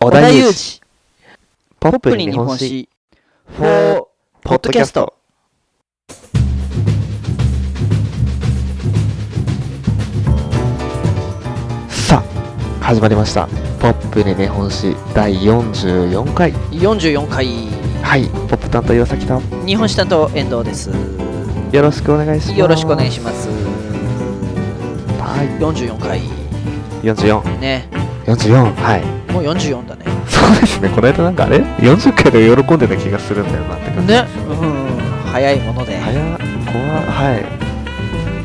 小小田田裕二、裕二、ポッポッププに日に日本本史、史、4、ポッドキャスト。さあ、始まりました。ポップに日本史第44回。 44回、はい、ポップ担当岩崎さん、日本史担当遠藤です。よろしくお願いします。よろしくお願いしします。ます。は44回、い、44。ね、 44? はい。もう44だね。そうですね、この間なんかあれ ?40 回で喜んでた気がするんだよなって感じ。ね、うん、早いもので。早っ、怖っはい。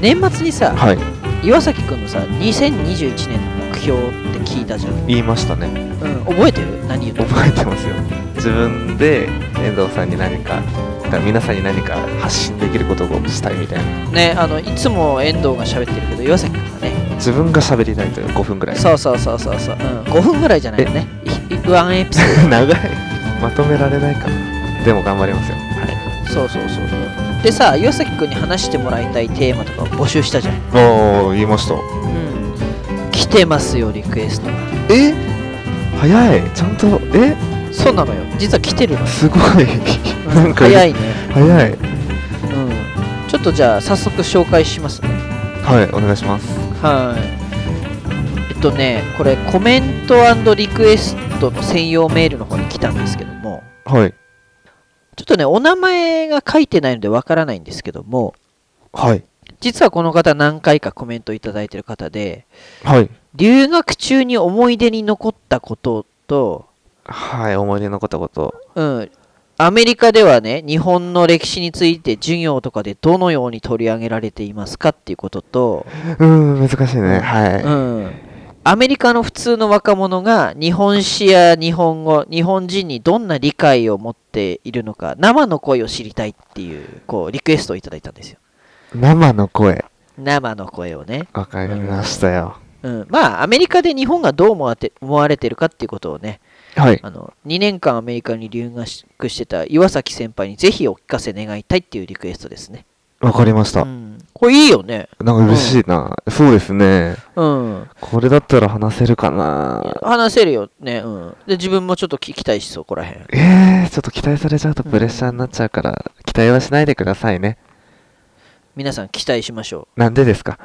年末にさ、はい、岩崎くんのさ、2021年の目標って聞いたじゃん。言いましたね。うん、覚えてる何言って覚えてますよ自分で遠藤さんに何かだから皆さんに何か発信できることをしたいみたいなるね、あの、いつも遠藤が喋ってるけど、岩崎くんがね、自分が喋りたいという5分ぐらいそうそうそうそうそう、うん、5分ぐらいじゃないよねいいワンエピソ ー長いまとめられないかなでも頑張りますよドそうそうそうそうでさ岩崎くんに話してもらいたいテーマとかを募集したじゃん、おお言いましたうん、来てますよリクエストがえ早いちゃんとえそうなのよ実は来てる のよすごい うんなんか早いいね、早いうん、ちょっとじゃあ早速紹介しますねはいお願いしますはいえっとねこれコメントリクエストの専用メールの方に来たんですけどもはいちょっとねお名前が書いてないのでわからないんですけどもはい実はこの方何回かコメントいただいてる方ではい留学中に思い出に残ったことと、はい思い出に残ったことうん、アメリカではね日本の歴史について授業とかでどのように取り上げられていますかっていうことと、うん難しいねはい、うん、アメリカの普通の若者が日本史や日本語日本人にどんな理解を持っているのか生の声を知りたいっていうこうリクエストをいただいたんですよ生の声生の声をねわかりましたよ、うん、まあアメリカで日本がどう思わて思われてるかっていうことをねはいあの2年間アメリカに留学してた岩崎先輩にぜひお聞かせ願いたいっていうリクエストですね、わかりましうた。ん、これいいよねなんか嬉しいな。そうですね。うんこれだったら話せるかな。話せるよねうんで自分もちょっと聞きたいしそこらへんえー、ちょっと期待されちゃうとプレッシャーになっちゃうから、期待はしないでくださいね。皆さん期待しましょなんでですか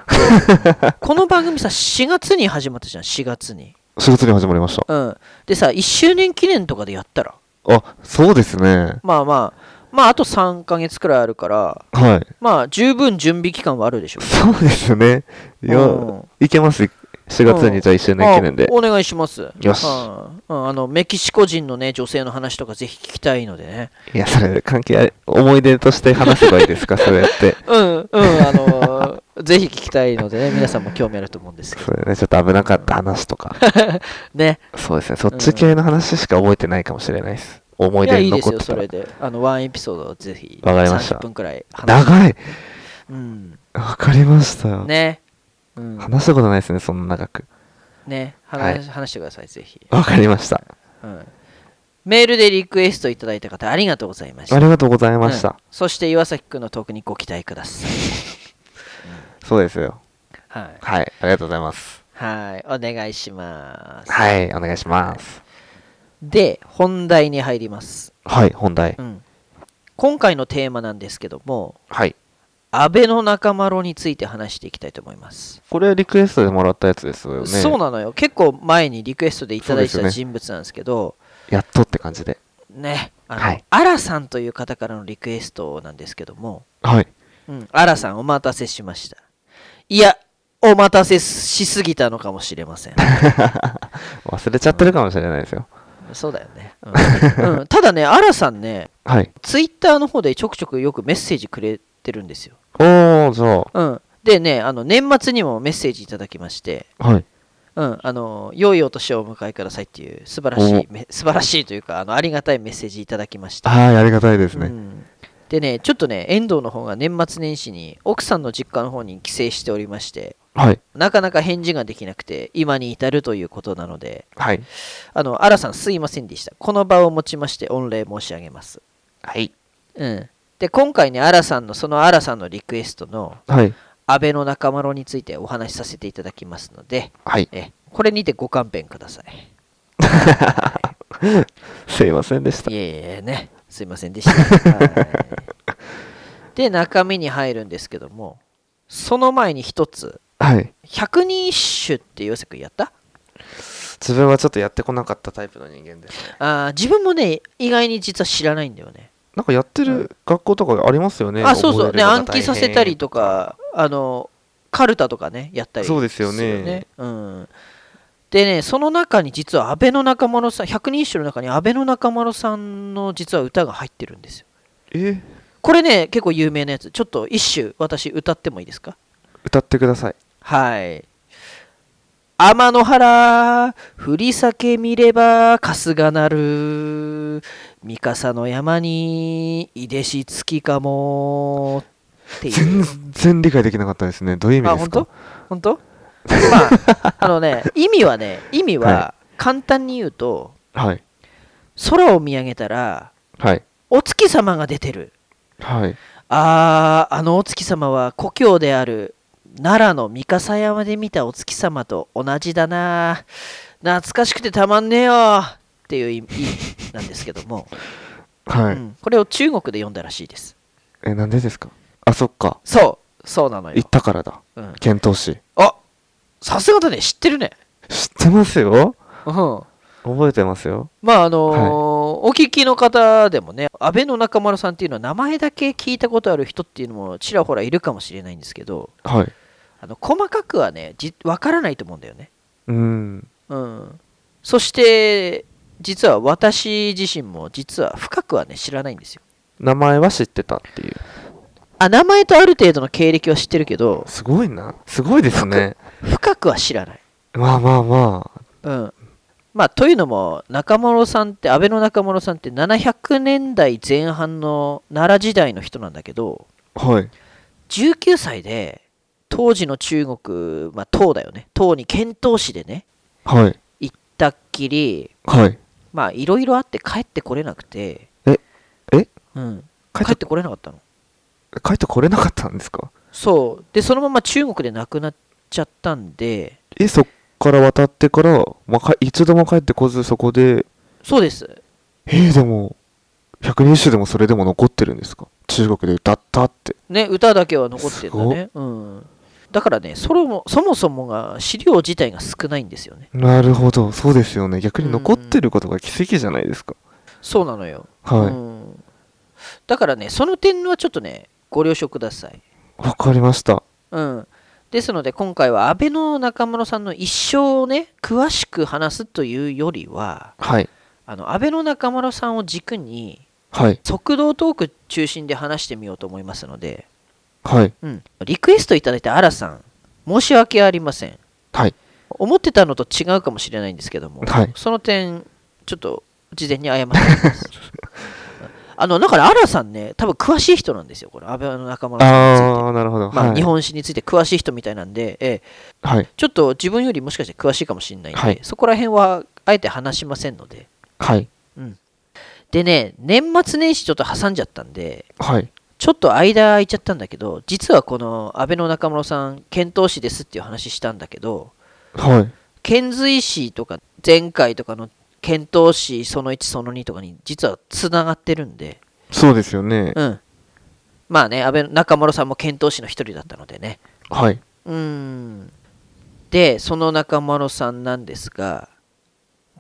うこの番組さ4月に始まったじゃん4月に ?4 月に始まりました。うんでさ1周年記念とかでやったらあ、そうですね。まあまあまああと3ヶ月くらいあるからはい。まあ十分準備期間はあるでしょそうですね。いやうん、いけます。4月にじゃあ1周年記念であ。お願いしますよしうんうんあのメキシコ人のね女性の話とかぜひ聞きたいのでねいや、それ関係あり、思い出として話せばいい ですかそうやって。うんうんあのー ぜひ聞きたいのでね皆さんも興味あると思うんですけど そうだね、ちょっと危なかった話とか。ねそうですね。そっち系の話しか覚えてないかもしれないです。思いいや出いにいです残っよてそたられであのワンエピソードをぜひわかりました30分くらい話長いうんわかりました。ねうん話したことないですね、そんな長く。ねはい話話してくださいぜひわかりました。うんメールでリクエストいただいた方ありがとうございましたありがとうございました。うんそして岩崎くんのトークにご期待くださいそうですよ。はいはい、ありがとうございます。はいお願いしますはい、お願いします。で本題に入ります、はい、本題。うん、今回のテーマなんですけどもはい。安倍の仲間論について話していきたいと思います、これリクエストでもらったやつですよね。そうなのよ結構前にリクエストでいただいてそうたです人物なんですけどやっとって感じで。ねあの、はいアラさんという方からのリクエストなんですけども、はい。うん、アラさんお待たせしましたいやお待たせしすぎたのかもしれま せん忘れちゃってるかもしれないですよ。そうだよね、うんうんただねアラさんねはい。ツイッターの方でちょくちょくよくメッセージくれてるんですよおー、じゃうん、でねあの年末にもメッセージいただきまして、あ。はい。うん、あの良いお年をお迎えくださいっていう素晴らしいめ素晴らしいというかあのありがたいメッセージいただきましたはい、ありがたいですうね。んでねちょっとね遠藤の方が年末年始に奥さんの実家の方に帰省しておりましてはい。なかなか返事ができなくて今に至るということなのではい。あのアラさんすいませんでしたこの場をもちまして御礼申し上げます、はい。うん、で今回ねアラさんのそのアラさんのリクエストのはい。安倍の仲間論についてお話しさせていただきますのではい。えこれにてご勘弁ください。すいませんでしたい。えいえね、すいませんでした。 はいで、中身に入るんですけども、その前に一つ、はい。百人一首ってヨセ君やった自分はちょっとやってこなかったタイプの人間です、ね。あー自分もね、意外に実は知らないんだよね。なんかやってる学校とかありますよね。あ、そうそう、覚えるね、のが暗記させたりとか、あの、カルタとかね、やったりそうですよねうん。でね、その中に実は安倍の中丸さん、百人一首の中に安倍の中丸さんの実は歌が入ってるんですよ。大変。えこれね、結構有名なやつ。ちょっと一首、私歌ってもいいですか歌ってください。はい。天の原、振り裂け見れば春日なる。三笠の山に、いでし月かも。っていう。全然理解できなかったですね。どういう意味あ、です本か当本当ま あ、あのね、意味はね、意味はは簡単に言うと、はい。空を見上げたら、はい。お月様が出てる。はい。ああ、あのお月様は故郷である奈良の三笠山で見たお月様と同じだな。懐かしくてたまんねえよっていう意味意味なんですけども、はうい。んこれを中国で読んだらしいです。え、なんでですかあ、そっか。そう、そうなのよ行っ。たからだ。うん、遣唐使。あさすがだね、知ってるね。知ってますようん覚えてますよまああのーお聞きの方でもね安倍の中丸さんっていうのは名前だけ聞いたことある人っていうのもちらほらいるかもしれないんですけどはい。あの細かくはねじ分からないと思うんだよね、うん。うん、そして実は私自身も実は深くはね知らないんですよ名前は知ってたっていう。あ名前とある程度の経歴は知ってるけどすごいな。すごいですね。深くは知らない、まあまあまあ。うんまあ、というのも中丸さんって安倍の中丸さんって700年代前半の奈良時代の人なんだけどはい。 19歳で当時の中国、まあ、唐だよね唐に遣唐使でねはい。行ったっきりはい。まあいろいろあって帰ってこれなくてええうん帰って帰ってこれなかったの帰ってこれなかったんですかそうでそのまま中国で亡くなっちゃったんでえ、そっから渡ってから、まあ、か一度も帰ってこずそこで、そうですえー、でも、百人一首でもそれでも残ってるんですか中国で歌ったって。ね歌だけは残ってるんだねうんだからねそれもそもそもが資料自体が少ないんですよねなるほど。そうですよね。逆うにんうん残ってることが奇跡じゃないですか。そうなのよ、はうい。ん、だからねその点はちょっとねご了承くださいわ、かりました。うん、ですので今回は安倍の中村さんの一生をね詳しく話すというよりははい。あの安倍の中村さんを軸にはい。速度トーク中心で話してみようと思いますので、はい。うん、リクエストいただいたアラさん申し訳ありませんはい。思ってたのと違うかもしれないんですけども、はいその点ちょっと事前に謝っておきます あのだからアラさんね多分詳しい人なんですよこれ安倍の中村さんについてあー、なるほど。まあはい、日本史について詳しい人みたいなんで、ええはい。ちょっと自分よりもしかして詳しいかもしれないんで、はいそこら辺はあえて話しませんので。はい。でね、年末年始ちょっと挟んじゃったんで、はい。ちょっと間空いちゃったんだけど、実はこの安倍の中室さん、遣唐使ですっていう話したんだけど、はい。遣隋使とか前回とかの遣唐使その1その2とかに実はつながってるんで、そうですよね。うん。まあね、安倍中室さんも遣唐使の一人だったのでね。はい。うーんでその中丸さんなんですが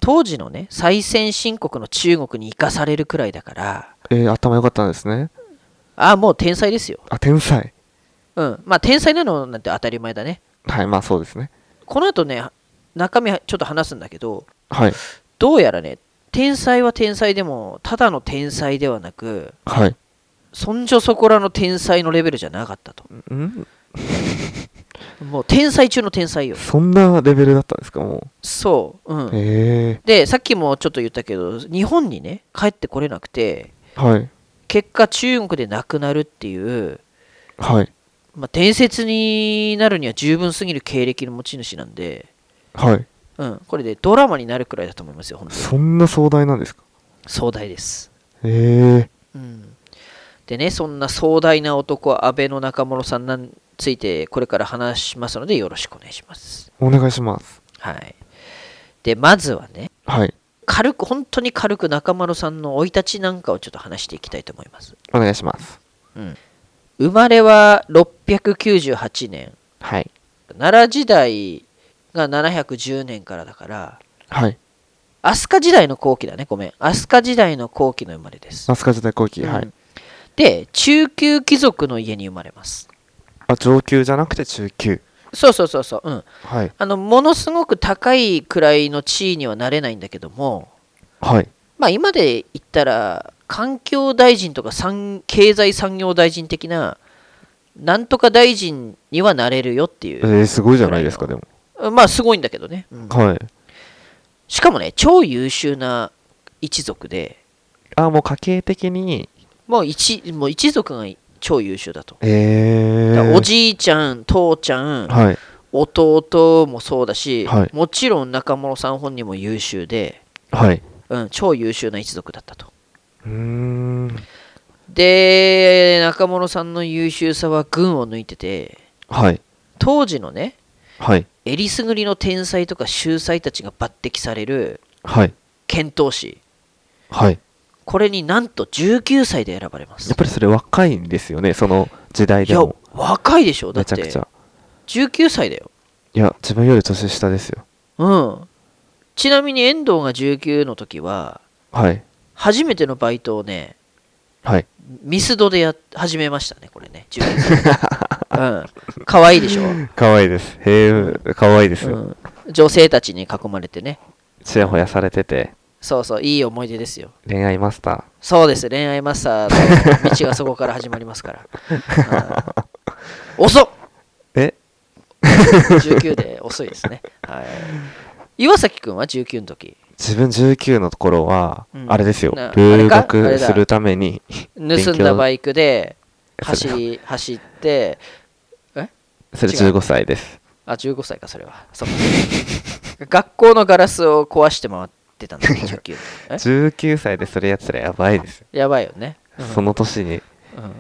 当時のね最先進国の中国に生かされるくらいだからえー、頭良かったんですね。あもう天才ですよあ、天才。うんまあ天才なのなんて当たり前だねはい、まあそうですね。この後ね中身はちょっと話すんだけどはい。どうやらね天才は天才でもただの天才ではなくはい。そんじょそこらの天才のレベルじゃなかったとんもう天才中の天才よそんなレベルだったんですか、もそううう。んえでさっきもちょっと言ったけど日本にね帰ってこれなくてー。はい。結果中国で亡くなるっていう、はい。まあ、伝説になるには十分すぎる経歴の持ち主なんで、はい。うん、これでドラマになるくらいだと思いますよ本当にそんな壮大なんですか壮大です、ええうん、でねそんな壮大な男安倍の中室さんについてこれから話しますのでよろしくお願いしますお願いします。はいでまずはねはい。軽く本当に軽く中丸さんの生い立ちなんかをちょっと話していきたいと思います、お願いしますうん、生まれは698年はい奈良時代が710年からだからはい飛鳥時代の後期だねごめん飛鳥時代の後期の生まれです、飛鳥時代後期、はういんで中級貴族の家に生まれますあ上級じゃなくて中級そうそうそうそううんはいあのものすごく高い位の地位にはなれないんだけどもはいまあ今で言ったら環境大臣とか産経済産業大臣的ななんとか大臣にはなれるよっていえう、ー、すごいじゃないですかでもまあすごいんだけどね、うんはいしかもね超優秀な一族であもう家系的にもう一もう一族が超優秀だと、えだかー、らおじいちゃん父ちゃん、はい弟もそうだし、はいもちろん中室さん本人も優秀で、はいうん、超優秀な一族だったとうーんで中室さんの優秀さは群を抜いててはい当時のねはいえりすぐりの天才とか秀才たちが抜擢されるはい遣唐使はいこれになんと19歳で選ばれますやっぱりそれ若いんですよねその時代いでやも若いでしょだめっちゃくてちゃ19歳だよいや自分より年下ですようんちなみに遠藤が19の時ははい初めてのバイトをねはいミスドでやっ始めましたねこれね19歳 うん可愛いでしょ、可愛いですへえ可愛いですうよ、ん、女性たちに囲まれてねちやほやされててそうそういい思い出ですよ恋愛マスタそうです恋愛マスターの道がそこから始まりますからうん遅っーえ19で遅いですね、はい、岩崎君は19の時自分19のところは、うんあれですよなあれ留かあれ学だするために盗んだバイクで勉強走り走ってそれ違う15歳ですあ15歳かそれはそうか学校のガラスを壊して回ってたんだ19 え19歳でそれやってたらやばいですよ、やばいよね、うんその年にうん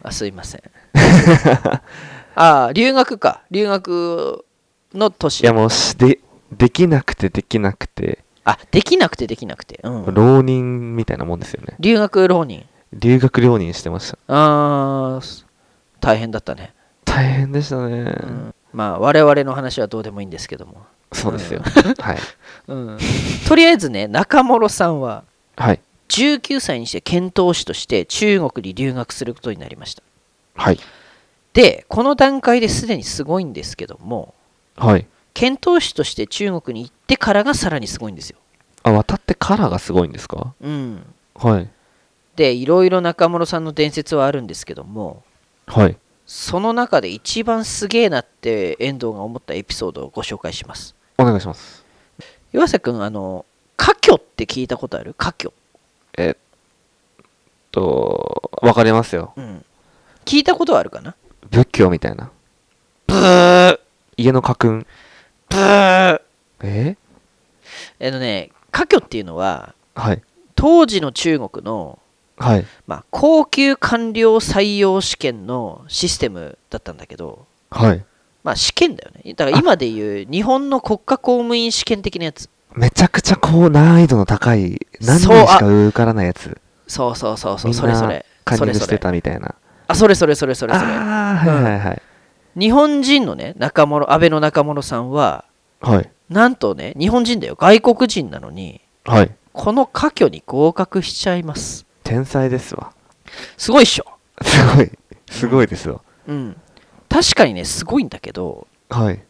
あすいません ああ留学か留学のい年やもうしでできなくてできなくてあできなくてできなくて、うん、浪人みたいなもんですよね留学浪人留学浪人してましたあー大変だったね、大変でしたね、うんまあ我々の話はどうでもいいんですけども、そうですよ、はいうん、とりあえずね 中諸さんははい19歳にして遣唐使として中国に留学することになりましたはいでこの段階ですでにすごいんですけどもはい遣唐使として中国に行ってからがさらにすごいんですよ、あ渡ってからがすごいんですかうん、はいでいろいろ中諸さんの伝説はあるんですけどもはいその中で一番すげえなって遠藤が思ったエピソードをご紹介しますお願いします岩瀬君あの華僑って聞いたことある華僑、えっとわかりますようん、聞いたことはあるかな仏教みたいなブー家の家訓ブーええのね華僑っていうのははい当時の中国の、はいまあ、高級官僚採用試験のシステムだったんだけどはいまあ試験だよねだから今でいう日本の国家公務員試験的なやつめちゃくちゃこう難易度の高い何人しか受からないやつそうそうそうそみうんそれそれなカンそニンれグそしてれたみたいなあそれそれそれそれそれああーはいはいはい日本人のね中諸安倍の中諸さんははいなんとね日本人だよ外国人なのにはいこの科挙に合格しちゃいます天才ですわすごいっしょすごいすごいですわうん確かにねすごいんだけどはい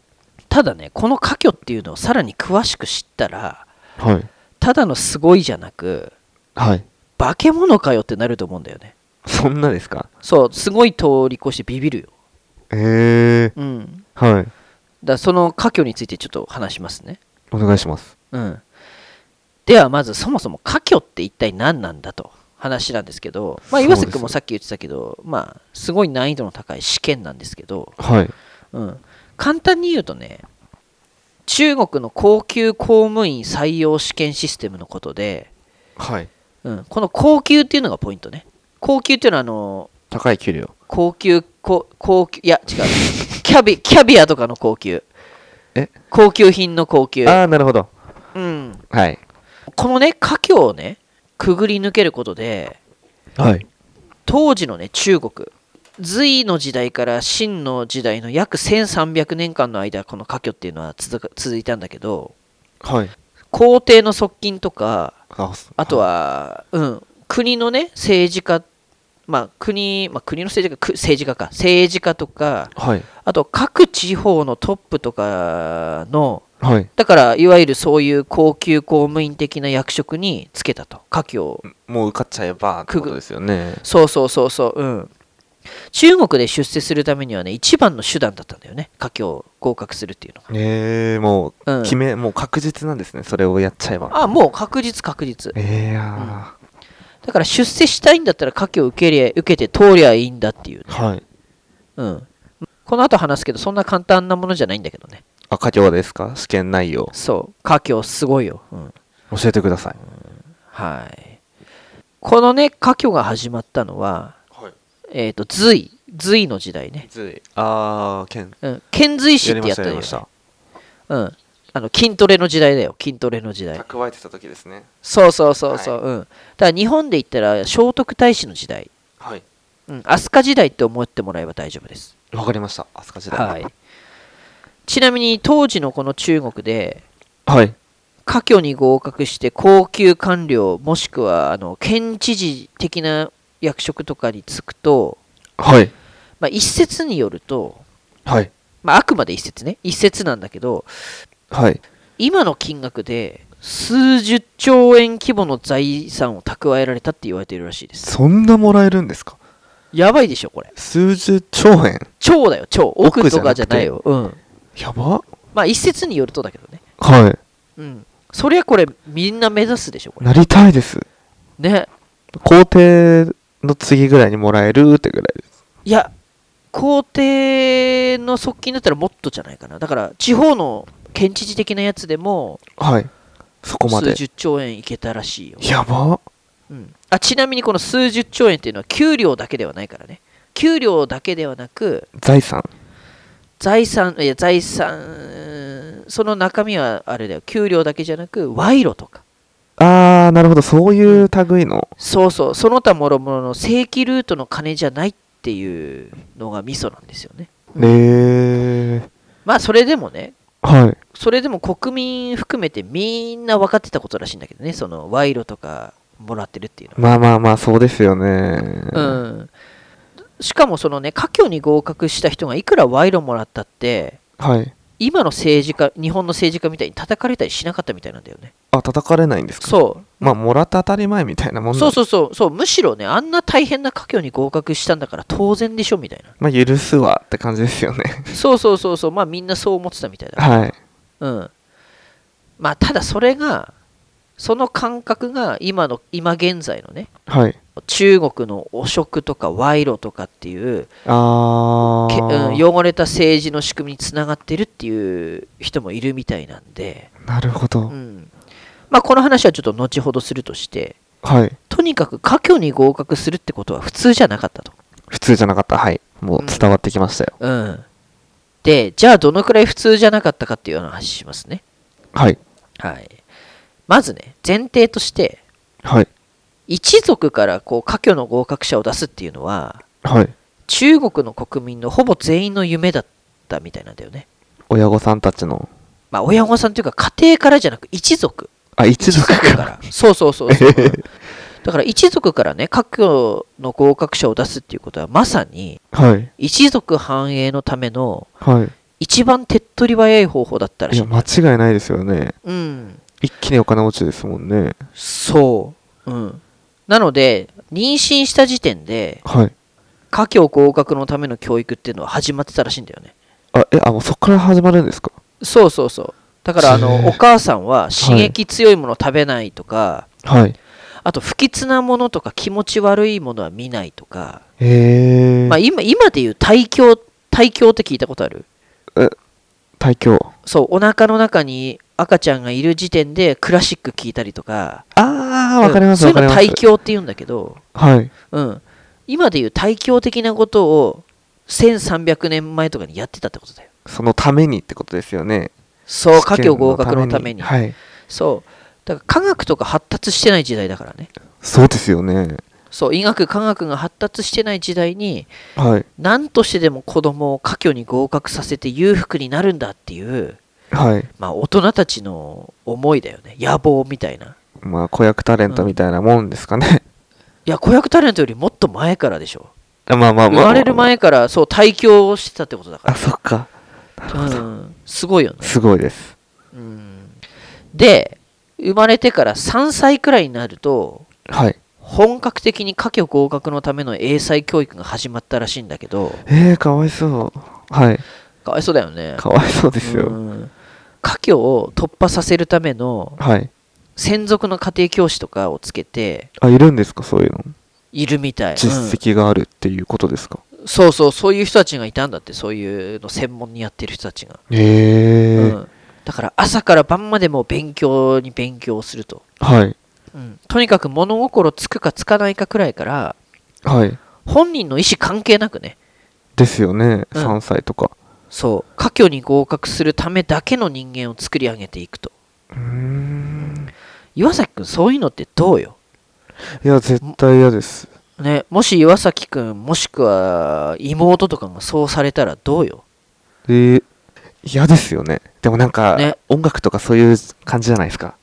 ただねこの科挙っていうのをさらに詳しく知ったらはいただのすごいじゃなくはい化け物かよってなると思うんだよねそんなですかそうすごい通り越してビビるよええうんはいだからその科挙についてちょっと話しますねお願いしますうんではまずそもそも科挙って一体何なんだと話なんですけど、まそうあ、岩です瀬君もさっき言ってたけど、まあ、すごい難易度の高い試験なんですけど、はいうん、簡単に言うとね中国の高級公務員採用試験システムのことで、はいうん、この高級っていうのがポイントね高級っていうのはあの高い給料高級高高級いや違うキャビキャビアとかの高級え高級品の高級ああなるほどうんはいこのね華僑をねくぐり抜けることではい。当時のね中国隋の時代から秦の時代の約1300年間の間この華僑っていうのは続く続いたんだけどはい。皇帝の側近とかああと、は、うん、国のね政治家まあ国、まあ、国の政治家く政治家か政治家とかはい。あと各地方のトップとかのはい。だからいわゆるそういう高級公務員的な役職につけたと華僑もう受かっちゃえばってことですよね。そうそうそうそううん中国で出世するためにはね一番の手段だったんだよね華僑合格するっていうのえー、もう、が、うん、決め、もう確実なんですね。それをやっちゃえば。あもう確実確実えー、やだから出世したいんだったら華僑受けりゃ受けて通りゃいいんだっていうーはい。うん。この後話すけど、そんな簡単なものじゃないんだけどね。あ、佳境ですか試験内容。そう。華僑すごいよ。うん。教えてください。はい。このね、華僑が始まったのは、はい。えっ、と、隋。隋の時代ね。ずい。あー、剣。うん。遣隋使やりってまやし、ったたやりよ、ねま。した。うん。あの、筋トレの時代だよ。筋トレの時代。蓄えてた時ですね。そうそうそうそう。うん。だから日本で言ったら、聖徳太子の時代。はい。うん。飛鳥時代って思ってもらえば大丈夫です。わかりました。飛鳥時代。はい。。ちなみに、当時のこの中国で、はい。科挙に合格して高級官僚もしくはあの県知事的な役職とかに就くと、はい。まあ、一説によると、はい。まあ、あくまで一説ね一説なんだけどはい。今の金額で数十兆円規模の財産を蓄えられたって言われているらしいですそんなもらえるんですかやばいでしょこれ数十兆円兆だよ兆億億とかじゃないようんやばまあ一説によるとだけどねはうんそりゃこれみんな目指すでしょこい。れなりたいです。ね皇帝の次ぐらいにもらえるってぐらいです。いや、皇帝の側近だったらもっとじゃないかな。だから、地方の県知事的なやつでも、はい。そこま数で。十兆円いけたらしいよ、やばうんあ。ちなみにこの数十兆円っていうのは給料だけではないからね。給料だけではなく、財産。財産、いや、財産、その中身はあれだよ。給料だけじゃなく、賄賂とか。あー、なるほど。そういう類の。そうそう、その他諸々の正規ルートの金じゃないっていうのがミソなんですよね。えー。まあ、それでもね、はい。それでも国民含めてみんな分かってたことらしいんだけどね、その賄賂とかもらってるっていうのまあまあまあ、そうですよね。は。うん、しかもそのね、科挙に合格した人がいくら賄賂もらったって、はい。今の政治家、日本の政治家みたいに叩かれたりしなかったみたいなんだよね。あ、叩かれないんですかそまあ、もらった当たり前みたいなもんなう、んそうそうそう、そうむしろね、あんな大変な科挙に合格したんだから当然でしょみたいな。まあ、許すわって感じですよね。そうそうそうそう、まあみんなそう思ってたみたいだか ら。はい。うん。まあただそれが、その感覚が今の、今現在のね、はい。中国の汚職とか賄賂とかっていうあけー。うん汚れた政治の仕組みにつながってるっていう人もいるみたいなんで、なるほうど。んまあ、この話はちょっと後ほどするとしてはい。とにかく科挙に合格するってことは普通じゃなかったと、普通じゃなかった。はい。もう伝わってきましたよ。うん、でじゃあどのくらい普通じゃなかったかっていう話しますね、はい。はい、まずね前提としてはい。一族からこう科挙の合格者を出すっていうのははい。中国の国民のほぼ全員の夢だったみたいなんだよね親御さんたちの。まあ、親御さんというか家庭からじゃなく一族あ、一族一族か。かららそうそうそうそうだから一族からね各教の合格者を出すっていうことはまさにはい。一族繁栄のためのは一番手っ取り早い方法だったらい。いしいや、間違いないですよね。うん一気にお金持ちですもんね。そううんなので妊娠した時点ではい。家教合格のための教育っていうのは始まってたらしいんだよねあ、え、あ、もうそこから始まるんですかそうそうそうだからあへのえお母さんは刺激強いものを食べないとか、はい。あと不吉なものとか気持ち悪いものは見ないとか、へえ。まあ、今今でいう体教体教って聞いたことある大凶。そうお腹の中に赤ちゃんがいる時点でクラシック聞いたりとかあー、わかります、うんわそかりういうのます。体教って言うんだけど、はい。うん、今でいう体教的なことを1300年前とかにやってたってことだよそのためにってことですよね。そう家教合格のためにはい。そうだから科学とか発達してない時代だからねそうですよね。そう医学科学が発達してない時代にはい。何としてでも子供を科挙に合格させて裕福になるんだっていう、はい。まあ、大人たちの思いだよね野望みたいなまあ、子役タレントみたいなもんですかね。いや子役タレントよりもっと前からでしょあ まあまあ生まあ。まれる。前からそう対教をしてたってことだかあ、らそっか。うん、すごいよね、すごいです。うん、で生まれてから3歳くらいになるとはい。本格的に科挙合格のための英才教育が始まったらしいんだけどえー、かわいそう。はい。かわいそうだよねかわいそうですうよ。ん科挙を突破させるためのはい。専属の家庭教師とかをつけてあ、いるんですか、そういうの。いるみたい、実績があるっていうことですか。うんそうそうそういう人たちがいたんだってそういうの専門にやってる人たちが、へうえ。ん、だから朝から晩までもう勉強に勉強をすると、はい。うん、とにかく物心つくかつかないかくらいからはい。本人の意思関係なくねですよね。うん3歳とか。そう科挙に合格するためだけの人間を作り上げていくとうーん。岩崎君そういうのってどうよ、いや、絶対嫌です。ね、もし岩崎君もしくは妹とかがそうされたらどうよえー、嫌ですよね。でもなんか、ね音楽とかそういう感じじゃないですか。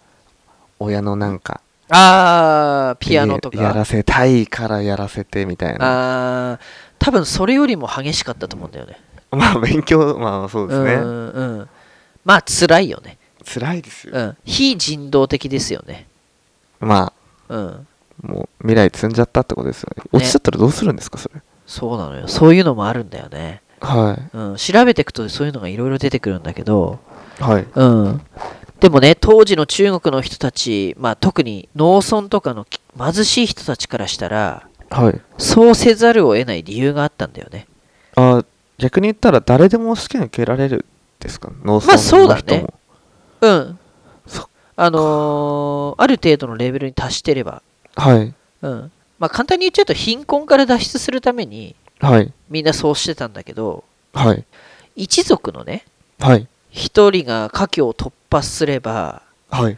親のなんか、あーピアノとやらかせたいからやらせてみたいな。あー多分それよりも激しかったと思うんだよね まあ、勉強、まあそうですうね。んうんまあ辛いよね、辛いですよ。うん、非人道的ですよねまうんあ、もう未来積んじゃったってことですよね。落ちちゃったらどうするんですか、それ。そうなのよそういうのもあるんだよねはうん、調べていくとそういうのがいろいろ出てくるんだけど、い。はい。うん、でもね当時の中国の人たち、まあ、特に農村とかのき貧しい人たちからしたらはい。そうせざるを得ない理由があったんだよねあ逆に言ったら誰でも試験受けられるですか農村の人も。まあそうだねうんそっあのーある程度のレベルに達してれば、はい。うんまあ、簡単に言っちゃうと貧困から脱出するためにはい。みんなそうしてたんだけどはい。一族のねはい。一人が家境を突破すればはい。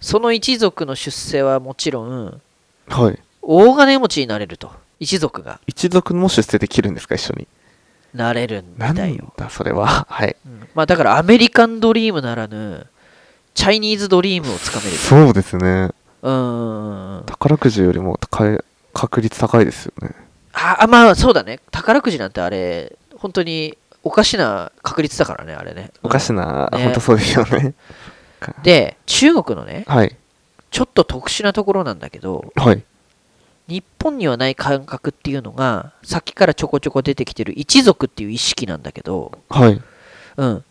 その一族の出世はもちろんはい。大金持ちになれると一族が一族も出世できるんですか、一緒に。なれるんなだんよ、だ、それは。 はい。うんまあ、だからアメリカンドリームならぬチャイニーズドリームをつかめるそうですね。うーん宝くじよりも高い確率高いですよね。ああまあそうだね宝くじなんてあれ本当におかしな確率だからねあれねおかしな、ね本当そうですよ ね。で中国のねはい。ちょっと特殊なところなんだけどはい。日本にはない感覚っていうのがさっきからちょこちょこ出てきてる一族っていう意識なんだけどはい。うん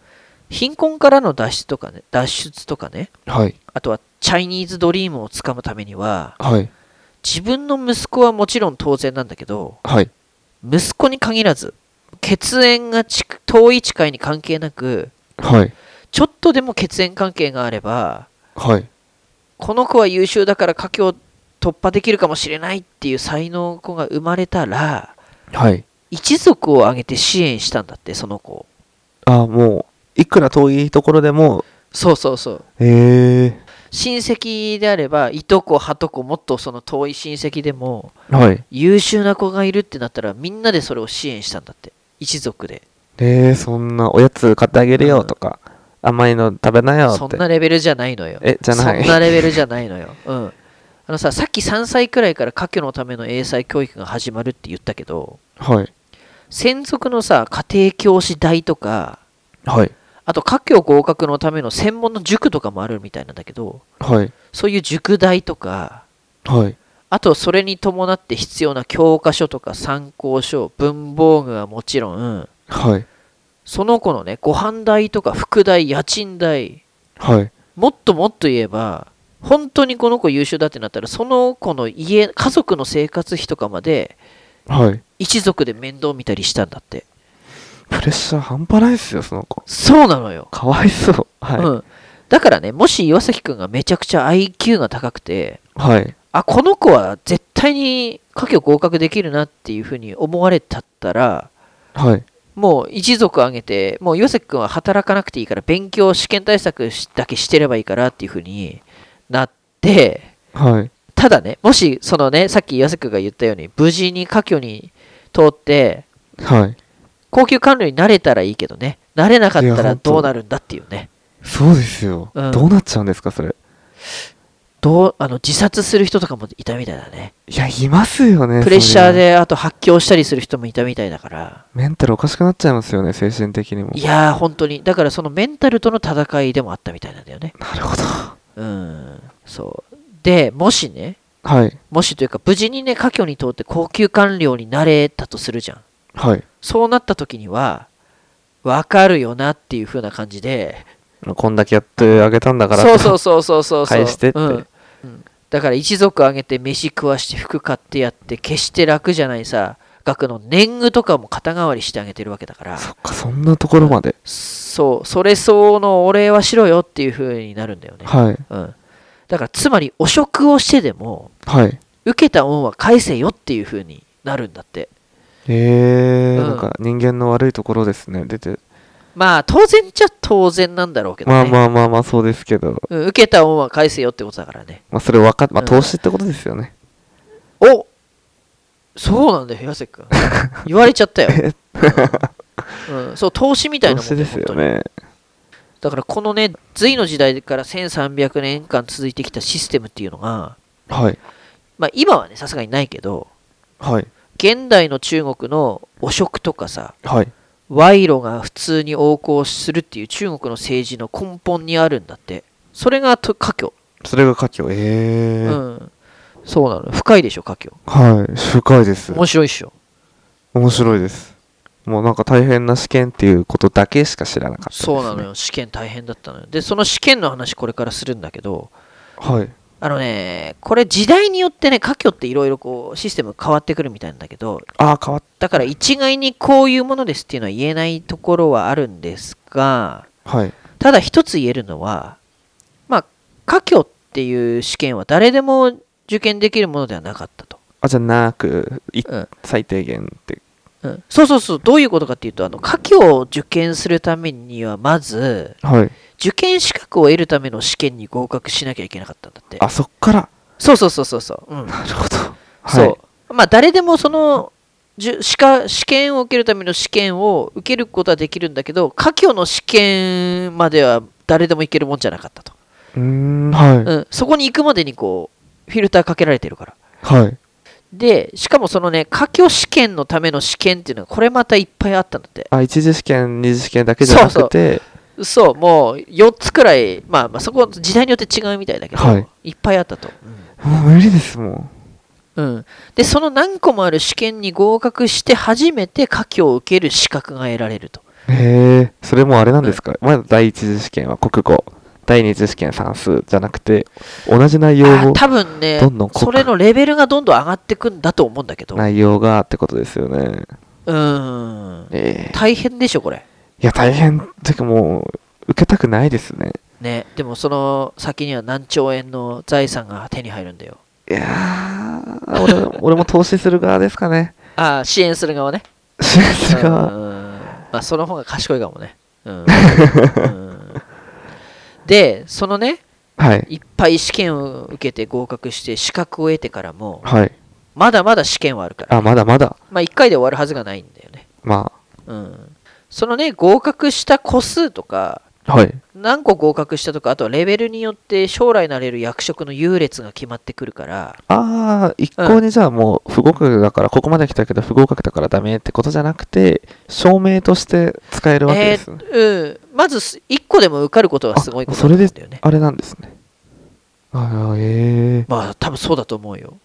貧困からの脱出とかね脱出とかねはい。あとはチャイニーズドリームをつかむためにははい。自分の息子はもちろん当然なんだけどはい。息子に限らず血縁がち遠い近いに関係なくはい。ちょっとでも血縁関係があればはい。この子は優秀だから家境を突破できるかもしれないっていう才能子が生まれたらはい。一族を挙げて支援したんだってその子をあ、もう、いくら遠いところでも、そうそうそうええ親戚であればいとこはとこもっとその遠い親戚でもはい。優秀な子がいるってなったらみんなでそれを支援したんだって一族でえー、そんな、おやつ買ってあげるよとか、甘いの食べなよそっんて。なレベルじゃないのよえ、じゃない。そんなレベルじゃないのよ。うん。あのさ、さっき3歳くらいから科挙のための英才教育が始まるって言ったけど、はい。専属のさ、家庭教師代とか、はい。あと科挙合格のための専門の塾とかもあるみたいなんだけど、はい。そういう塾代とか、はい。あとそれに伴って必要な教科書とか参考書、文房具はもちろん、はい。その子のね、ご飯代とか副代、家賃代、はい。もっともっと言えば本当にこの子優秀だってなったらその子の家家族の生活費とかまではい。一族で面倒見たりしたんだってプレッシャー半端ないですよ、その子。そうなのよ、かわいそう。はい。うん、だからねもし岩崎くんがめちゃくちゃ IQ が高くてはい。あこの子は絶対に科挙合格できるなっていうふうに思われたったらはい。もう一族挙げてもう岩崎くんは働かなくていいから勉強試験対策しだけしてればいいからっていうふうになって、はい。ただね、もし、そのね、さっき岩瀬君が言ったように、無事に科挙に通って、はい。高級官僚になれたらいいけどね、なれなかっいたやら本当どうなるんだっていうね、そうですよ、うんどうなっちゃうんですか、それ。どうあの自殺する人とかもいたみたいだね、いや、いますよね。プレッシャーそれは。で、あと発狂したりする人もいたみたいだから、メンタルおかしくなっちゃいますよね、精神的にも。いやー、本当に、だからそのメンタルとの戦いでもあったみたいなんだよね。なるほど。うん、そう。で、もしね、はい。もしというか、無事にね、科挙に通って高級官僚になれたとするじゃん。はい。そうなった時には、わかるよなっていう風な感じで、こんだけやってあげたんだから。そうそうそうそうそうそう。返してってうんうんだから一族あげて飯食わして服買ってやって決して楽じゃないさ額の年貢とかも肩代わりしてあげてるわけだからそっか、そんなところまで。そうそれ相応のお礼はしろよっていう風になるんだよね、はい。うん、だからつまり汚職をしてでもはい。受けた恩は返せよっていう風になるんだってえー、うんなんか人間の悪いところですね、出て。まあ当然っちゃ当然なんだろうけどね、まあまあまあまあ、そうですけど。うん、受けた恩は返せよってことだからねまあ、それ分かっ、まあ、うん投資ってことですよね。おそうなんだよ平 瀬君言われちゃったよ、うんうんそう投資みたいな投もんだ資よですよ本当にね。だからこのね隋の時代から1300年間続いてきたシステムっていうのが、はい。まあ、今はねさすがにないけどはい。現代の中国の汚職とかさはい。賄賂が普通に横行するっていう中国の政治の根本にあるんだってそれがと科挙、それが華僑。えー。うんそうなの深いでしょ科挙はい。深いです。面白いっしょ面白いです。もうなんか大変な試験っていうことだけしか知らなかったです、ね。そうなの。よ試験大変だったのよでその試験の話これからするんだけどはい。あのねこれ時代によってね科挙っていろいろこうシステム変わってくるみたいなんだけどああ、変わっだから一概にこういうものですっていうのは言えないところはあるんですがはい。ただ一つ言えるのはまあ科挙っていう試験は誰でも受験できるものではなかったと、あ、じゃあなく、いうん最低限って。うん、そうそうそうどういうことかっていうとあの科挙を受験するためにはまずはい。受験資格を得るための試験に合格しなきゃいけなかったんだってあ、そっから。そうそうそうそうそう、うんなるほど。はい、そうまあ誰でもそのじゅしか試験を受けるための試験を受けることはできるんだけど科挙の試験までは誰でも行けるもんじゃなかったと、う。うーん、はい。うん、そこに行くまでにこうフィルターかけられてるからはい。でしかもそのね科挙試験のための試験っていうのがこれまたいっぱいあったんだってあ、一次試験、二次試験だけじゃなくて、そうもう4つくらい、まあ、まあそこ時代によって違うみたいだけど、はいいっぱいあったと、もう無理ですもん。うん、でその何個もある試験に合格して初めて科挙を受ける資格が得られるとへえ、それもうあれなんですか、まだ第一次試験は国語、第二次試験算数じゃなくて、同じ内容あを、多分ねどんどん濃くそれのレベルがどんどん上がってくんだと思うんだけどう内容がってことですよね。ーんええ大変でしょこれいや、大変。てかもう、受けたくないですね。ねでもその先には何兆円の財産が手に入るんだよいやー、俺俺も投資する側ですかね。ああ支援する側ね支援するう側。ーんまあその方が賢いかもねうんうーんでそのねはい。いっぱい試験を受けて合格して資格を得てからもはい。まだまだ試験はあるからあ、まだまだ。まあ1回で終わるはずがないんだよねまうんそのね合格した個数とかあ、はい。何個合格したとかあとはレベルによって将来なれる役職の優劣が決まってくるからああ、一向にじゃあもう不合格だから、ここまで来たけど不合格だからダメってことじゃなくて、証明として使えるわけですね。えーうん、まず1個でも受かることがすごいことなんだよねあれなんですね。ああ、ええまあ多分そうだと思うよ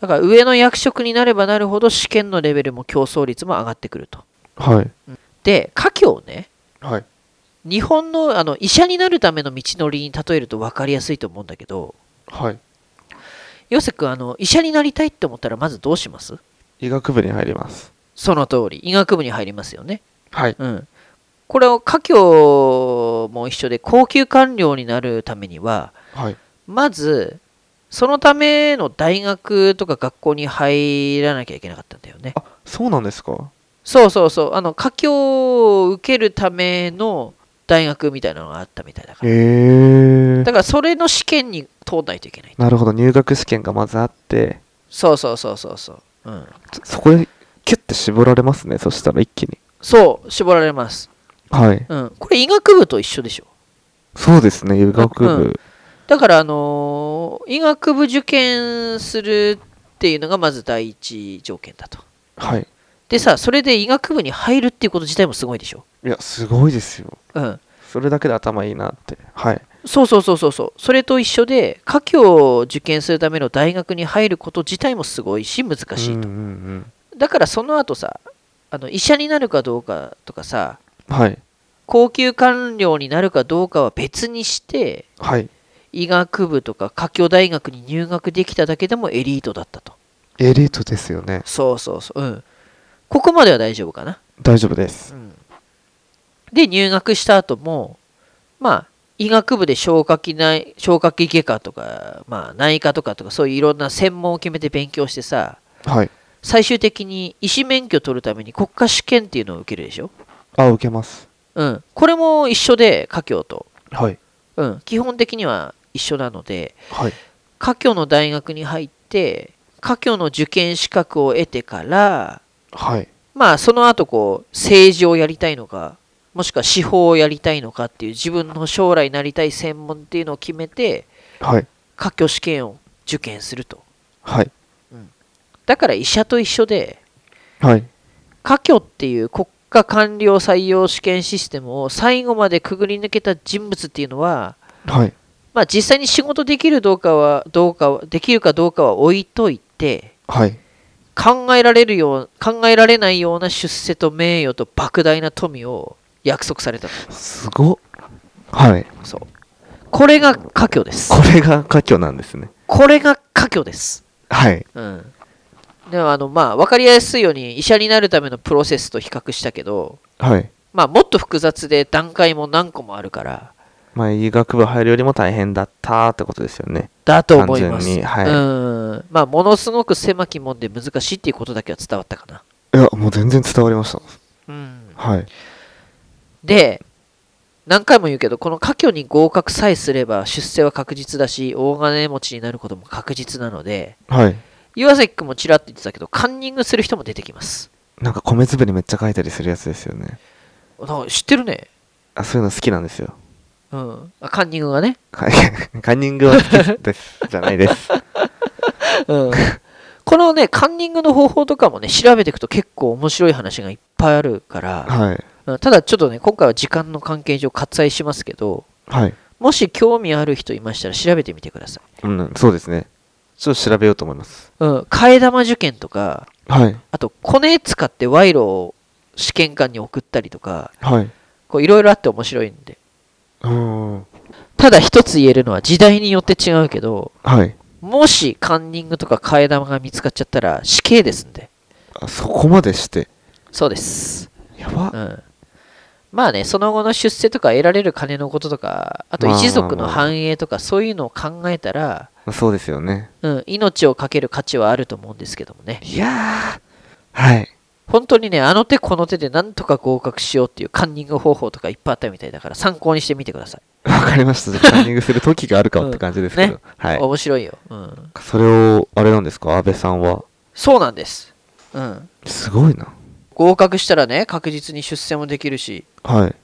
だから上の役職になればなるほど試験のレベルも競争率も上がってくるとはい。で科挙をねはい。日本のあの医者になるための道のりに例えると分かりやすいと思うんだけどはい。ヨセ君あの医者になりたいって思ったらまずどうします医学部に入ります。その通り医学部に入りますよねはい。うん、これを科挙も一緒で高級官僚になるためにははい。まずそのための大学とか学校に入らなきゃいけなかったんだよねあ、そうなんですかそうそうそうあの科挙を受けるための大学みたいなのがあったみたいだから、へえだからそれの試験に通んないといけないなるほど入学試験がまずあってそうそうそうそうそう、うん、そそこでキュッて絞られますねそしたら一気にそう絞られます、はいうん、これ医学部と一緒でしょそうですね医学部、だからあのー医学部受験するっていうのがまず第一条件だとはいでさそれで医学部に入るっていうこと自体もすごいでしょいやすごいですようんそれだけで頭いいなってはいそうそうそうそうそうそれと一緒で科挙を受験するための大学に入ること自体もすごいし難しい、うんうんうんだからその後さあの医者になるかどうかとかさはい高級官僚になるかどうかは別にしてはい医学部とか科挙大学に入学できただけでもエリートだったとエリートですよねそうそうそううんここまでは大丈夫かな大丈夫ですで入学した後もまあ医学部で消化器内消化器外科とか、まあ、内科とかとかそういういろんな専門を決めて勉強してさはい最終的に医師免許取るために国家試験っていうのを受けるでしょあ受けますうんこれも一緒で科挙と、はいうん、基本的には一緒なのではい科挙の大学に入って科挙の受験資格を得てからはいまあその後こう政治をやりたいのかもしくは司法をやりたいのかっていう自分の将来なりたい専門っていうのを決めてはい科挙試験を受験するとはいだから医者と一緒ではい科挙っていう国家官僚採用試験システムを最後までくぐり抜けた人物っていうのははいまあ実際に仕事できるどうかはどうかはできるかどうかは置いといてはい考えられるよう考えられないような出世と名誉と莫大な富を約束されたとすごっはいそう。これが科挙です。これが科挙なんですねこれが科挙です。はいうん。でもあのまあ分かりやすいように医者になるためのプロセスと比較したけど、はいまあもっと複雑で段階も何個もあるからまあ医学部入るよりも大変だったってことですよねだと思いま単す。純にはいうん。まあものすごく狭き門で難しいっていうことだけは伝わったかな。いやもう全然伝わりましたうん。はいで。何回も言うけどこの科挙に合格さえすれば出世は確実だし大金持ちになることも確実なのではい岩崎君もちらっと言ってたけどカンニングする人も出てきますなんか米粒にめっちゃ書いたりするやつですよねなんか知ってるね。あそういうの好きなんですようん。あカンニングがね。 はいカンニングは好きですじゃないですうん。 このね、カンニングの方法とかもね、調べていくと結構面白い話がいっぱいあるから、はいうん、ただちょっとね、今回は時間の関係上割愛しますけど、はいもし興味ある人いましたら調べてみてください。うんそうですねちょっと調べようと思いますうん。替え玉受験とか、はいあと、コネ使って賄賂を試験官に送ったりとか、はいこういろいろあって面白いんで。うーんただ一つ言えるのは時代によって違うけど、はいもしカンニングとか替え玉が見つかっちゃったら死刑ですんで。あそこまでしてそうです。やばうん、まあねその後の出世とか得られる金のこととかあと一族の繁栄とかそういうのを考えたら、そうですよねうん、命を懸ける価値はあると思うんですけどもねいやーはい本当にねあの手この手でなんとか合格しようっていうカンニング方法とかいっぱいあったみたいだから参考にしてみてくださわかりましたじゃあカンニングする時があ るかって感じですけど、うんい、はい面白いよ、うん、それをあれなんですか安倍さんはそうなんです、うん、すごいな合格したらね確実に出世もできるしはい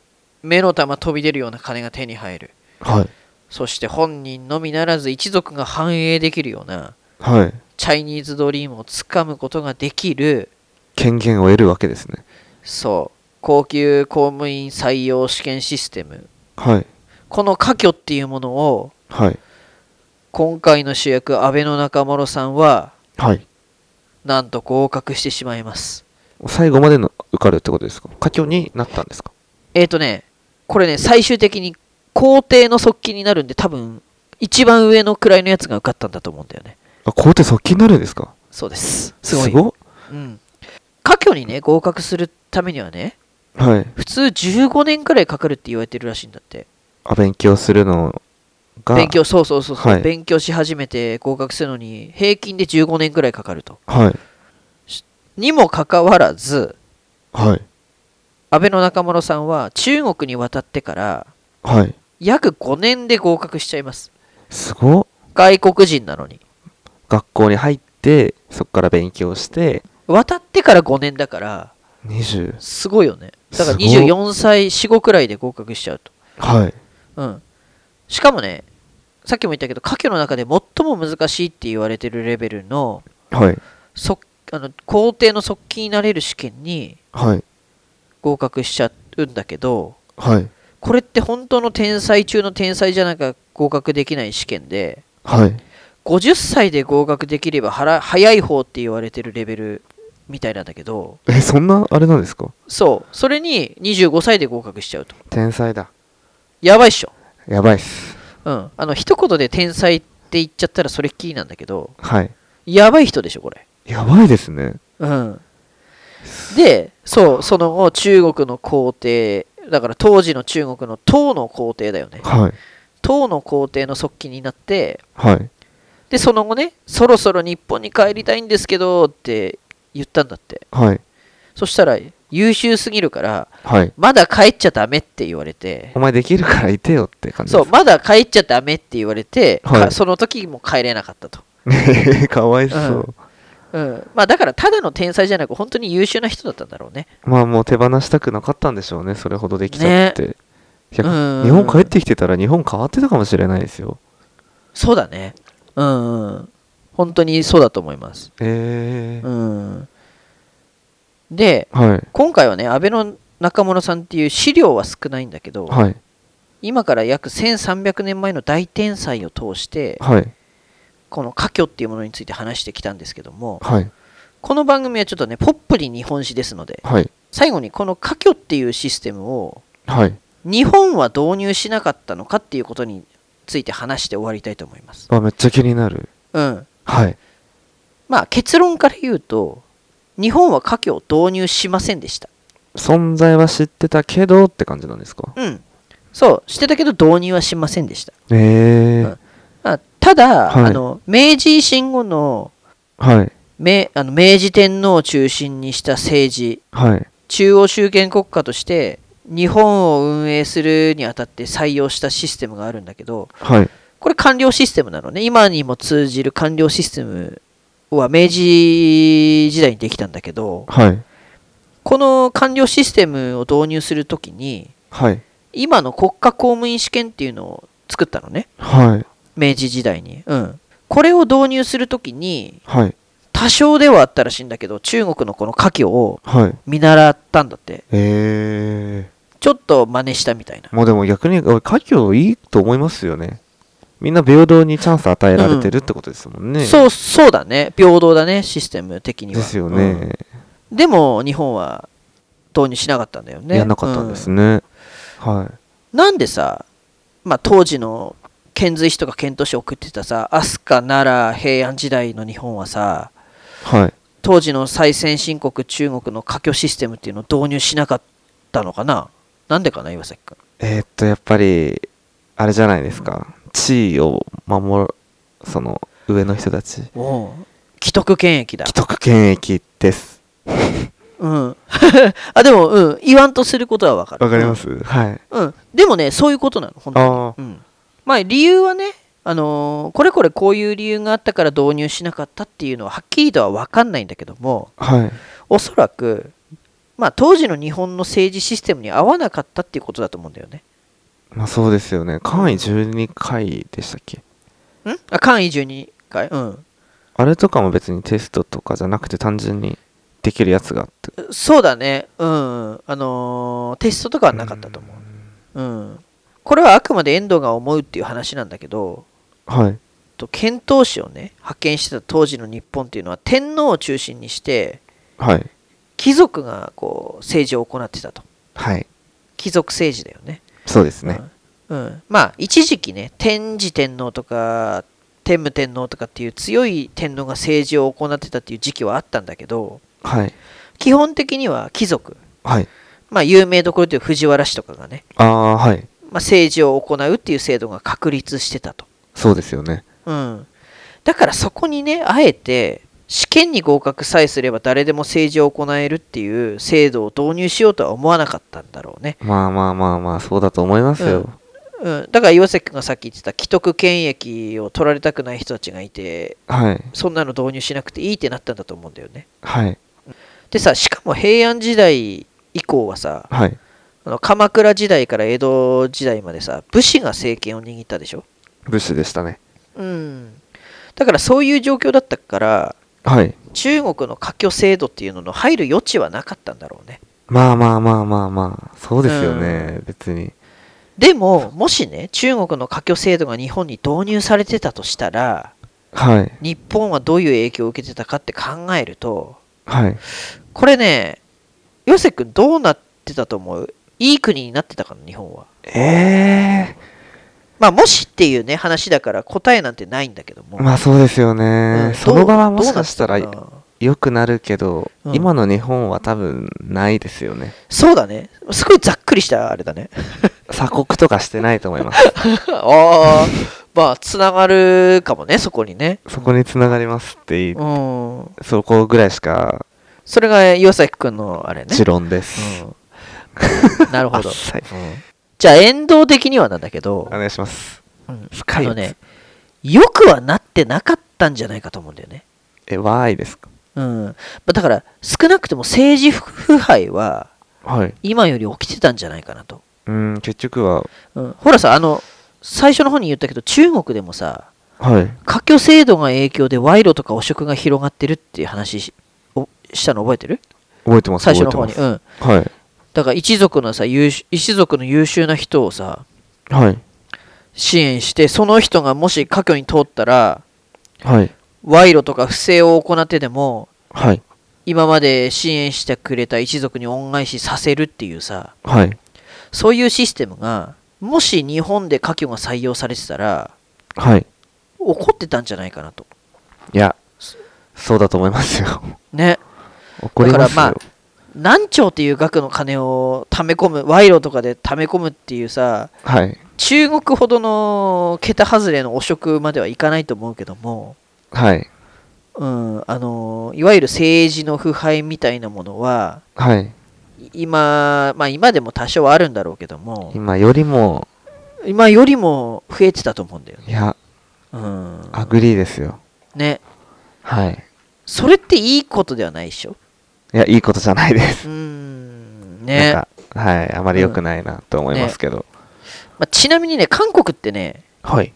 目の玉飛び出るような金が手に入るはいそして本人のみならず一族が繁栄できるようなはいチャイニーズドリームをつかむことができる権限を得るわけですねそう高級公務員採用試験システムはいこの科挙っていうものをはい今回の主役安倍の中諸さんははいなんと合格してしまいます最後までの受かるってことですか佳境になったんですかえっ、ー、とねこれね最終的に皇帝の側近になるんで多分一番上の位のやつが受かったんだと思うんだよねあ皇帝側近になるんですかそうですすごすいごっうん、科挙にね合格するためにはねはい普通15年くらいかかるって言われてるらしいんだってあ勉強するのが勉強そうそうそうそう、はい勉強し始めて合格するのに平均で15年くらいかかるとはいにもかかわらずはい安倍の中室さんは中国に渡ってからはい。約5年で合格しちゃいますすごっ外国人なのに学校に入って、そこから勉強して、渡ってから5年だから20。すごいよねだからすごい24歳死後くらいで合格しちゃうとはい。うんしかもねさっきも言ったけど科挙の中で最も難しいって言われてるレベルのはい。そあの皇帝の側近になれる試験にはい。合格しちゃうんだけどはい。これって本当の天才中の天才じゃなきゃ合格できない試験ではい。 50歳で合格できればはら早い方って言われてるレベルみたいなんだけどえ、そんな、あれなんですかそうそれに25歳で合格しちゃうと天才だ。やばいっしょやばいっす。うんあの一言で天才って言っちゃったらそれっきりなんだけどはい。やばい人でしょこれやばいですね。うんでそうその後中国の皇帝だから当時の中国の唐の皇帝だよねはい。唐の皇帝の側近になってはい。でその後ねそろそろ日本に帰りたいんですけどって言ったんだってはい。そしたら優秀すぎるからはい。まだ帰っちゃダメって言われてお前できるからいてよって感じそうまだ帰っちゃダメって言われて、かはいその時も帰れなかったと、う。 かわいそう。うんまあ、だからただの天才じゃなく本当に優秀な人だったんだろうねまあもう手放したくなかったんでしょうね。それほどできちゃって。いやうん日本帰ってきてたら日本変わってたかもしれないですよ。そうだねうん、うん、本当にそうだと思います、ええうん、ではい。今回はね安倍の中室さんっていう資料は少ないんだけど、はい。今から約1300年前の大天才を通してはい。この科挙っていうものについて話してきたんですけどもはい。この番組はちょっとねポップに日本史ですのではい。最後にこの科挙っていうシステムをはい。日本は導入しなかったのかっていうことについて話して終わりたいと思います。あ、めっちゃ気になる。うん、はい。まあ結論から言うと日本は科挙を導入しませんでした。存在は知ってたけどって感じなんですかうん、そうしてたけど導入はしませんでした。ええうんまあ、ただ、はいあの明治維新後のはい。明あの明治天皇を中心にした政治はい。中央集権国家として日本を運営するにあたって採用したシステムがあるんだけどはい。これ官僚システムなのね今にも通じる官僚システムは明治時代にできたんだけどはい。この官僚システムを導入するときにはい。今の国家公務員試験っていうのを作ったのねはい。明治時代に、うん、これを導入するときにはい。多少ではあったらしいんだけど中国のこの科挙をはい。見習ったんだってええちょっと真似したみたいなもうでも逆に、俺、家業いいと思いますよね。みんな平等にチャンス与えられてるってことですもんね。そうそうだね平等だねシステム的にはですよね。うんでも日本は導入しなかったんだよねやんなかったんですうね。はい。んなんでさ、まあ、当時の遣隋使とか遣唐使を送ってたさ飛鳥奈良平安時代の日本はさはい。当時の最先進国中国の科挙システムっていうのを導入しなかったのかななんでかな岩崎君えーっと、やっぱり、あれじゃないですか。地位を守る、その、上の人たち。おう既得権益だ既得権益です。うん あでもうん言わんとすることはわかるわかります、はい。うん、でもね、そういうことなの、本当ああ、に。うん、まあ、理由はね、あのーこれこれこういう理由があったから導入しなかったっていうのは、はっきりとは分かんないんだけども、はい。おそらく、まあ、当時の日本の政治システムに合わなかったっていうことだと思うんだよね。まあそうですよね。簡易12回でしたっけんあ、簡易12回うん。あれとかも別にテストとかじゃなくて単純にできるやつがあって。そうだね、うん。あのーテストとかはなかったと思う。うん。これはあくまで遠藤が思うっていう話なんだけど、はい。と遣唐使をね派遣してた当時の日本っていうのは天皇を中心にしてはい。貴族がこう政治を行ってたとはい。貴族政治だよねそうですね。うんうんまあ一時期ね天智天皇とか天武天皇とかっていう強い天皇が政治を行ってたっていう時期はあったんだけどはい。基本的には貴族はい。まあ有名どころでいう藤原氏とかがね、ああ、はい。まあ、政治を行うっていう制度が確立してたと、そうですよね。うん、だからそこにねあえて試験に合格さえすれば誰でも政治を行えるっていう制度を導入しようとは思わなかったんだろうね。まあまあまあまあ、そうだと思いますよ。うん、だから岩崎君がさっき言ってた既得権益を取られたくない人たちがいてはい。そんなの導入しなくていいってなったんだと思うんだよね。はい。でさしかも平安時代以降はさはい。あの鎌倉時代から江戸時代までさ武士が政権を握ったでしょ。ブッシュでしたね。うん、だからそういう状況だったからはい。中国の科挙制度っていうのの入る余地はなかったんだろうね。まあまあまあまあまあ、そうですよね、別に。でももしね中国の科挙制度が日本に導入されてたとしたらはい。日本はどういう影響を受けてたかって考えるとはい。これねヨセ君どうなってたと思ういい国になってたかな日本は。ええまあもしっていうね話だから答えなんてないんだけども。まあそうですようね。んその場はもしかしたらどうなってたかな良くなるけど、うん今の日本は多分ないですよね。そうだねすごいざっくりしたあれだね。鎖国とかしてないと思い ます。ああ まあつながるかもねそこにね。そこに繋がりますっていうう、んそこぐらいしかそれが岩崎君のあれね持。論です。うんなるほど。はい。じゃあ、遠藤的にはなんだけどお、願いします。うん深あいやつのね、よくはなってなかったんじゃないかと思うんだよね。え、わーいですかうん。まあだから、少なくとも政治腐敗は、はい。今より起きてたんじゃないかなと。うん、結局は、うん、ほらさ、あの、最初の方に言ったけど、中国でもさ、はい。科挙制度が影響で賄賂とか汚職が広がってるっていう話しおしたの覚えてる覚えてます、最初の方覚えに。てうん。ます。はい。だから、一族のさ、優秀一族の優秀な人をさ、はい。支援してその人がもし科挙に通ったらはい。賄賂とか不正を行ってでもはい。今まで支援してくれた一族に恩返しさせるっていうさはい。そういうシステムがもし日本で科挙が採用されてたらはい。怒ってたんじゃないかなといや、そうだと思います よ。ね怒りますよ。だからま何兆っていう額の金を貯め込む賄賂とかで貯め込むっていうさはい。中国ほどの桁外れの汚職まではいかないと思うけどもはい。うん、あのいわゆる政治の腐敗みたいなものははい。い今、まあ、今でも多少はあるんだろうけども今よりも、今よりも増えてたと思うんだよね。いや、うん、アグリーですよ。ねはい。それっていいことではないでしょ。いや、いいことじゃないです。うんねなんか、はい。あまり良くないなと思いますけど。まあ、ちなみにね韓国ってねはい。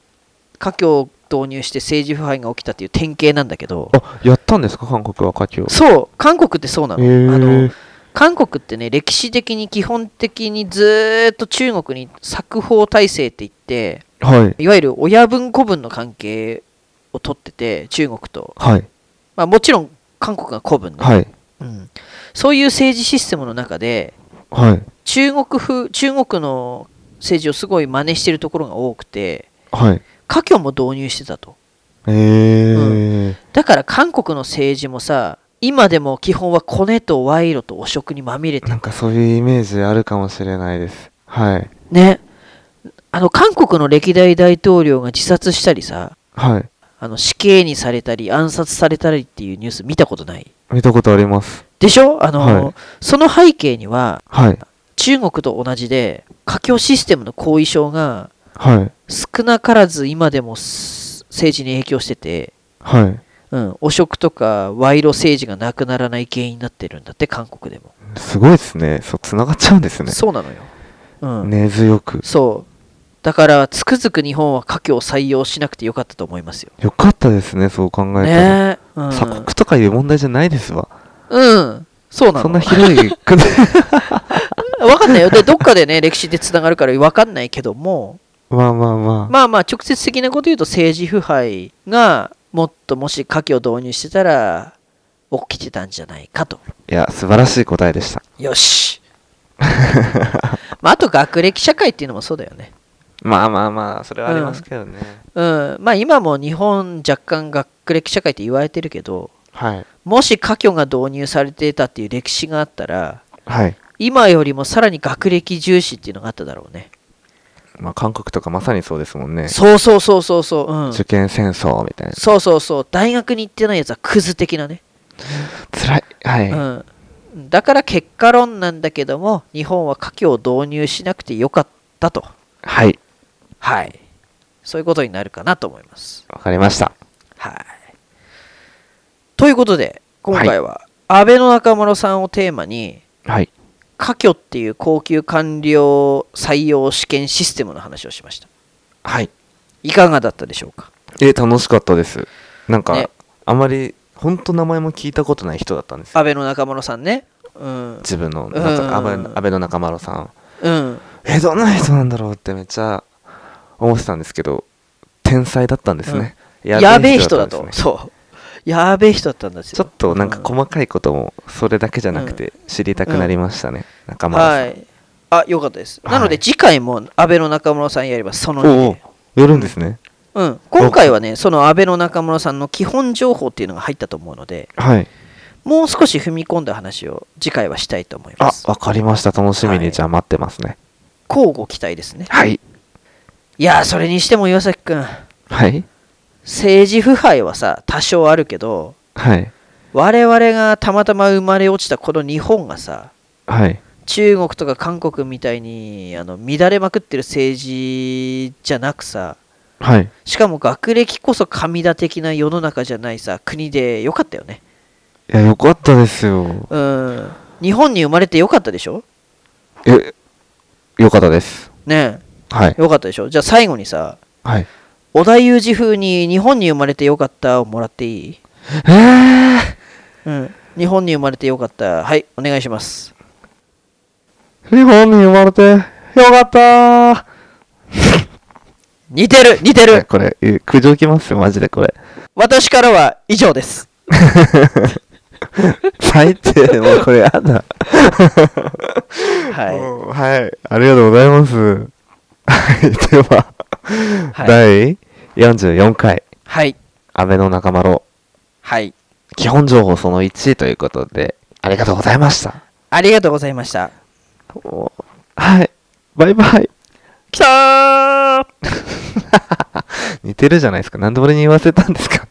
華僑を導入して政治腐敗が起きたっていう典型なんだけどあ、やったんですか韓国は華僑。そう韓国ってそうなの,、へーあの韓国ってね歴史的に基本的にずーっと中国に作法体制って言ってはい。いわゆる親分子分の関係を取ってて中国と、はい。まあ、もちろん韓国が子分の、はい。うん、そういう政治システムの中ではい。中国風中国の政治をすごい真似してるところが多くてはい。華僑も導入してたとえー。だから韓国の政治もさ今でも基本はコネと賄賂と汚職にまみれてなんかそういうイメージあるかもしれないです。はい。ねあの韓国の歴代大統領が自殺したりさはい。あの死刑にされたり暗殺されたりっていうニュース見たことない見たことあります。でしょあの、はいその背景にははい。中国と同じで華僑システムの後遺症がはい。少なからず今でもす政治に影響してて、はい。うん、汚職とか賄賂政治がなくならない原因になってるんだって韓国でも、すごいですね。そう、繋がっちゃうんですね。そうなのよ、うん根強く。そうだからつくづく日本は華僑を採用しなくてよかったと思いますよよかったですね、そう考えたら。ねえ、うん、鎖国とかいう問題じゃないですわ。うんそうなのそんな広い国分かんないよでどっかでね歴史でつながるから分かんないけども まあまあまあ。まあまあ直接的なこと言うと政治腐敗がもっともし火器を導入してたら起きてたんじゃないかと。いや、素晴らしい答えでした。よし。まああと学歴社会っていうのもそうだよね。まあまあまあ、それはありますけどね。うん。まあ今も日本若干学歴社会って言われてるけど、はい。もし科挙が導入されてたっていう歴史があったら、はい。今よりもさらに学歴重視っていうのがあっただろうね。まあ、韓国とかまさにそうですもんね、そうそうそうそうそう、うん、受験戦争みたいなそうそうそう大学に行ってないやつはクズ的なね、辛いはい、うん、だから結果論なんだけども日本は科挙を導入しなくてよかったとはいはいそういうことになるかなと思いますわかりましたはいということで今回は安倍の中村さんをテーマにはい科挙っていう高級官僚採用試験システムの話をしましたはいいかがだったでしょうかえ楽しかったですなんか、ねあまり本当名前も聞いたことない人だったんですよ安倍の中村さんねうん自分のんなんか安倍安倍の中丸さんうんえどんな人なんだろうってめっちゃ思ってたんですけど天才だったんですね、やべえ人だったんとですねそうやべえ人だったんですよちょっとなんかう細かいこともそれだけじゃなくて知りたくなりましたね、中丸さん、はい。あ、よかったです。はいなので次回も安倍の中村さんやればそのお2おで。やるんですね、うん、今回はね、その安倍の中村さんの基本情報っていうのが入ったと思うので、はいもう少し踏み込んだ話を次回はしたいと思いまあす。わかりました楽しみに、はいじゃあ待ってますね交互期待ですね。はいいやー、それにしても岩崎君はい政治腐敗はさ、多少あるけど、はい我々がたまたま生まれ落ちたこの日本がさ、はい中国とか韓国みたいにあの乱れまくってる政治じゃなくさ、はいしかも学歴こそ神田的な世の中じゃないさ国でよかったよねいやよかったですようん日本に生まれてよかったでしょえよかったですねはいえよかったでしょじゃあ最後にさはい織田裕二風に日本に生まれてよかったをもらっていいえー、うん日本に生まれてよかったはいお願いします日本に生まれてよかったー似てる似ていやるこれえ苦情きますよマジでこれ私からは以上です最低もうこれや だはもうはい、ありがとうございます。はい、では、いはい第44回、はい安倍の仲間ろ、はい基本情報その1ということで、ありがとうございました。ありがとうございましたもうはい、バイバイ。きたー似てるじゃないですか。なんで俺に言わせたんですか